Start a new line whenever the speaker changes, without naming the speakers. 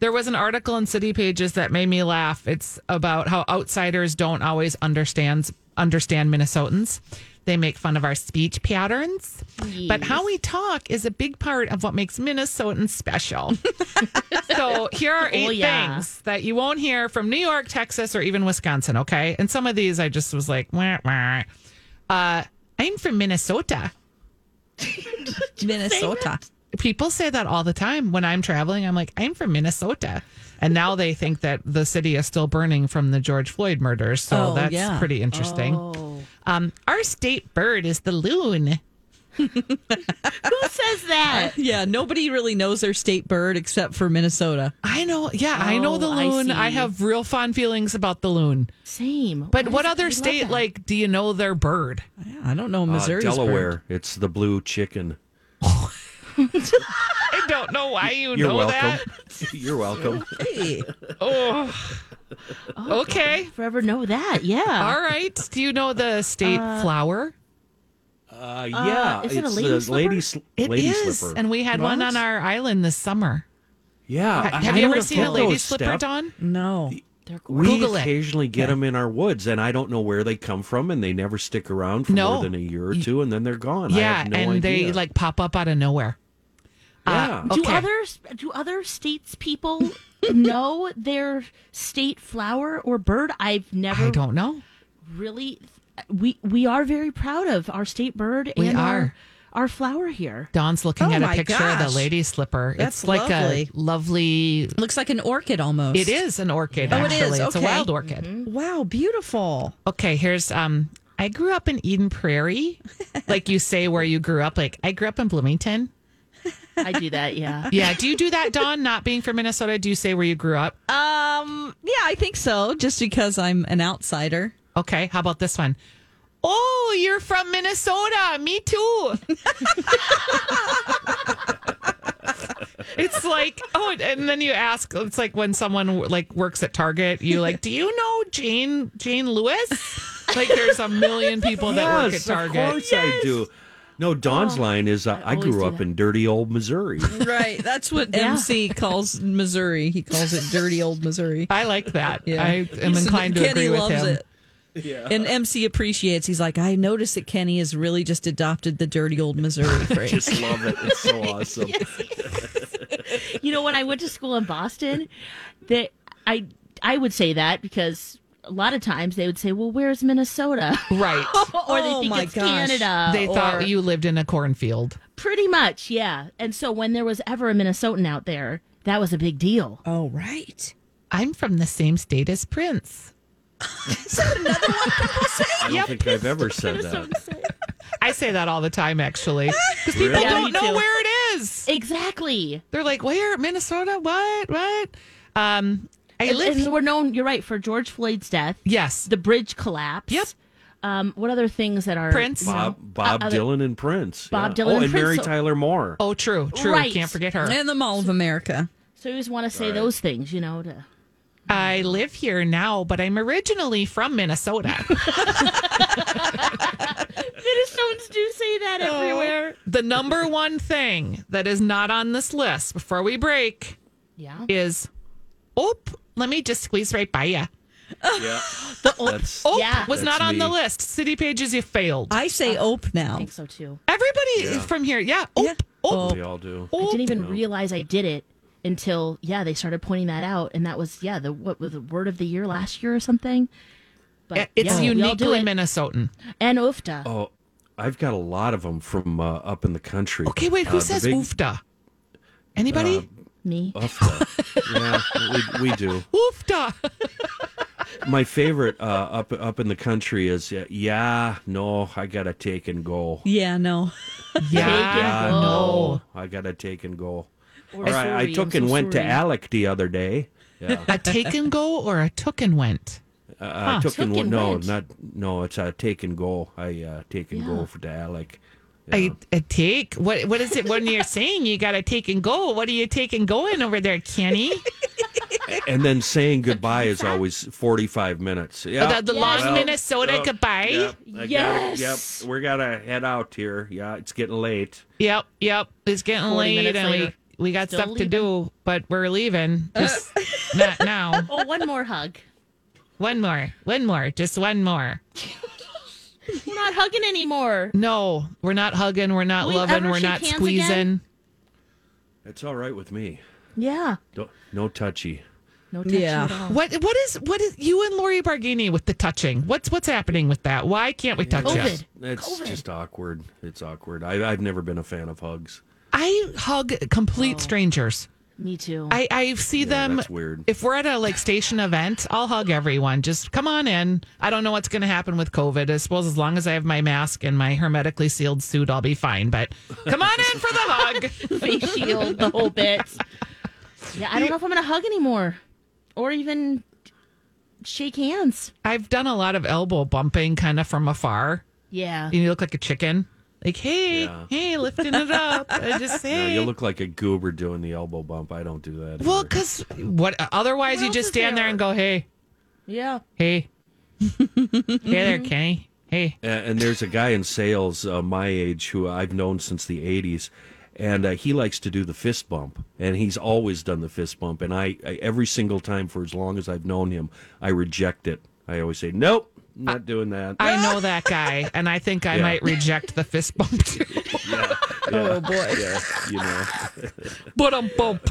There was an article in City Pages that made me laugh. It's about how outsiders don't always understands understand Minnesotans. They make fun of our speech patterns, but how we talk is a big part of what makes Minnesotans special. so here are eight
yeah.
things that you won't hear from New York, Texas, or even Wisconsin. Okay, and some of these I just was like, wah, wah. Uh, I'm from Minnesota.
Minnesota.
people say that all the time when I'm traveling. I'm like, I'm from Minnesota. And now they think that the city is still burning from the George Floyd murders. So
Oh,
that's
yeah.
pretty interesting.
Oh.
Um, our state bird is the loon.
Who says that?
Yeah, nobody really knows their state bird except for Minnesota.
I know. Yeah, I know the
Oh, I
loon.
see.
I, have real fond feelings about the loon.
Same.
But
Why
what
does
other
everybody love
state,
that?
like, do you know their bird?
Yeah, I don't know
Uh,
Missouri's bird.
Delaware. It's the blue chicken.
I don't know why you
You're
know
welcome. You're welcome.
Hey,
that. Oh, okay.
Forever know that. Yeah.
All right. Do you know the state flower?
Uh, yeah,
is it a
it's
lady
the
slipper?
lady, sl-
It is,
lady slipper.
And we had one on our island this summer.
yeah, I-
Uh, Have
I
you ever
don't
seen
get
a lady
those,
slipper,
Steph.
Don?
no.
They're gorgeous.
We
Google it.
occasionally get them in our woods, and I don't know where they come from, and they never stick around for
No.
more than a year or two, and then they're gone. I
Yeah,
have no
and they
idea.
like pop up out of nowhere.
yeah.
oh,
Do
Okay.
others do other states people know their state flower or bird? I've never
I don't know.
really we we are very proud of our state bird
We
and
are.
our our flower here.
Don's looking
Oh
at a
my
picture of
gosh.
the lady slipper.
That's
it's like
lovely.
a lovely.
Looks like an orchid almost.
It is an orchid.
Oh, it
actually.
is.
It's a
Okay. Mm-hmm.
wild orchid.
Wow, beautiful.
Okay, here's um. I grew up in Eden Prairie, like you say where you grew up. Like I grew up in Bloomington.
I do that, yeah.
Yeah. Do you do that, Don? Not being from Minnesota, do you say where you grew up?
Um, yeah, I think so. Just because I'm an outsider.
Okay. How about this one? Oh, you're from Minnesota. Me too. it's like, oh, and then you ask, it's like when someone like works at Target, you like, do you know Jane Jane Lewis? Like there's a million people that work at
yes, of
Target. Oh,
course I do. No, Don's line is uh, I,
always
grew
do
up
that.
in dirty old Missouri.
Right. That's what
Yeah.
MC calls Missouri. He calls it dirty old Missouri.
I like that.
Yeah.
I am
He's-
inclined to
Kenny
agree with
loves
him.
It. And MC appreciates. He's like, I notice that Kenny has really just adopted the dirty old Missouri phrase.
Just love it. It's so awesome.
You know, when I went to school in Boston, that I I would say that because a lot of times they would say, "Well, where's Minnesota?"
Right.
or they
Oh,
think
my
it's
gosh.
Canada.
They
or-
thought you lived in a cornfield.
pretty much, yeah. And so when there was ever a Minnesotan out there, that was a big deal.
Oh, right.
I'm from the same state as Prince.
I don't think I've ever said that.
I say that all the time, actually, because people
Really?
Yeah,
don't
me
know
too.
where it is.
Exactly.
They're like, where Minnesota? What? What? Um, I
And,
live.
and we're known. You're right for George Floyd's death,
yes,
the bridge collapse.
Yep.
Um, what other things that are
Prince.
Bob, Bob Dylan and Prince.
uh, Bob
yeah.
Dylan
oh,
and
and Mary
Prince.
Tyler Moore.
Oh, true, true.
Right.
Can't forget her.
And the Mall of America.
So you just want to say those things, you know? To,
I live here now, but I'm originally from Minnesota.
Minnesotans do say that everywhere.
the number one thing that is not on this list before we break
Yeah.
is, oh, let me just squeeze right by you.
Yeah. That's,
Oh,
Yeah. Uh,
was
That's
not on the
me.
list. City pages, you failed.
I say ope
I
now.
think so too.
Everybody from here, yeah. Oh,
Yeah.
oh,
we all do.
I didn't even realize I did it until yeah they started pointing that out and that was yeah the what was the word of the year last year or something but
Eh, It's
yeah, we all do
uniquely
it.
Minnesotan.
and oofta
Oh, I've got a lot of them from uh, up in the country.
Okay, wait, who
Uh, the
says
big- Um,
oofda? Anybody?
me
Oh. Ufta. yeah, we, we do.
oofda.
My favorite uh, up up in the country is uh, yeah, no, I gotta take and go.
Yeah, no.
yeah.
Take and
No.
I gotta take and go.
Or
All right,
sorry,
I took
I'm
and
so
went to
sorry.
Alec the other day. Yeah,
A take and go or a took and went?
uh, I took,
Took
and,
and
went. No,
went.
not no. It's a take and go. I uh, take and go for to Alec.
I, a take? What What is it when you're saying you got to take and go? What are you taking going over there, Kenny?
and then saying goodbye is always 45 minutes. Yeah.
Oh, The, the long
Well,
Minnesota
oh,
goodbye?
yeah, I gotta-
Yes.
yep. We're going to head out here. Yeah, it's getting late.
Yep, yep. It's getting
40
late
minutes
and
later.
we, we got
Still
stuff
leaving.
to do, but we're leaving. Just not now.
oh one more hug
One more. One more. Just one more.
we're not hugging anymore
No, we're not hugging. We're not
Will you
loving.
ever
We're
shake
not
hands
squeezing.
again?
It's all right with me.
yeah
Don't, no touchy.
no touching
Yeah.
at all
What what is what is you and Lori Bargini with the touching? What's what's happening with that? Why can't we touch
COVID.
it?
It's just awkward. It's awkward. I, I've never been a fan of hugs.
I hug complete strangers.
me too
I I see them.
that's weird.
If we're at a like station event, I'll hug everyone. Just come on in. I don't know what's going to happen with COVID. I suppose as long as I have my mask and my hermetically sealed suit, I'll be fine. But come on in for the hug.
face shield the whole bit. Yeah, I don't know if I'm gonna hug anymore, or even shake hands.
I've done a lot of elbow bumping, kind of from afar.
Yeah,
And you look like a chicken. Like hey,
Yeah.
hey, lifting it up. I just
No,
hey.
you look like a goober doing the elbow bump. I don't do that.
Well,
either.
because what? uh, Otherwise,
What
you
else
just
is
stand there
there?
and go, "Hey,
yeah.
hey, hey there, Kenny. Hey,
A- and there's a guy in sales uh, my age who I've known since the 80s and uh, he likes to do the fist bump and he's always done the fist bump and I, I every single time for as long as I've known him I reject it I always say nope not doing that
I know that guy, and I think I
Yeah.
might reject the fist bump too.
yeah. oh boy yeah you know
But a bump.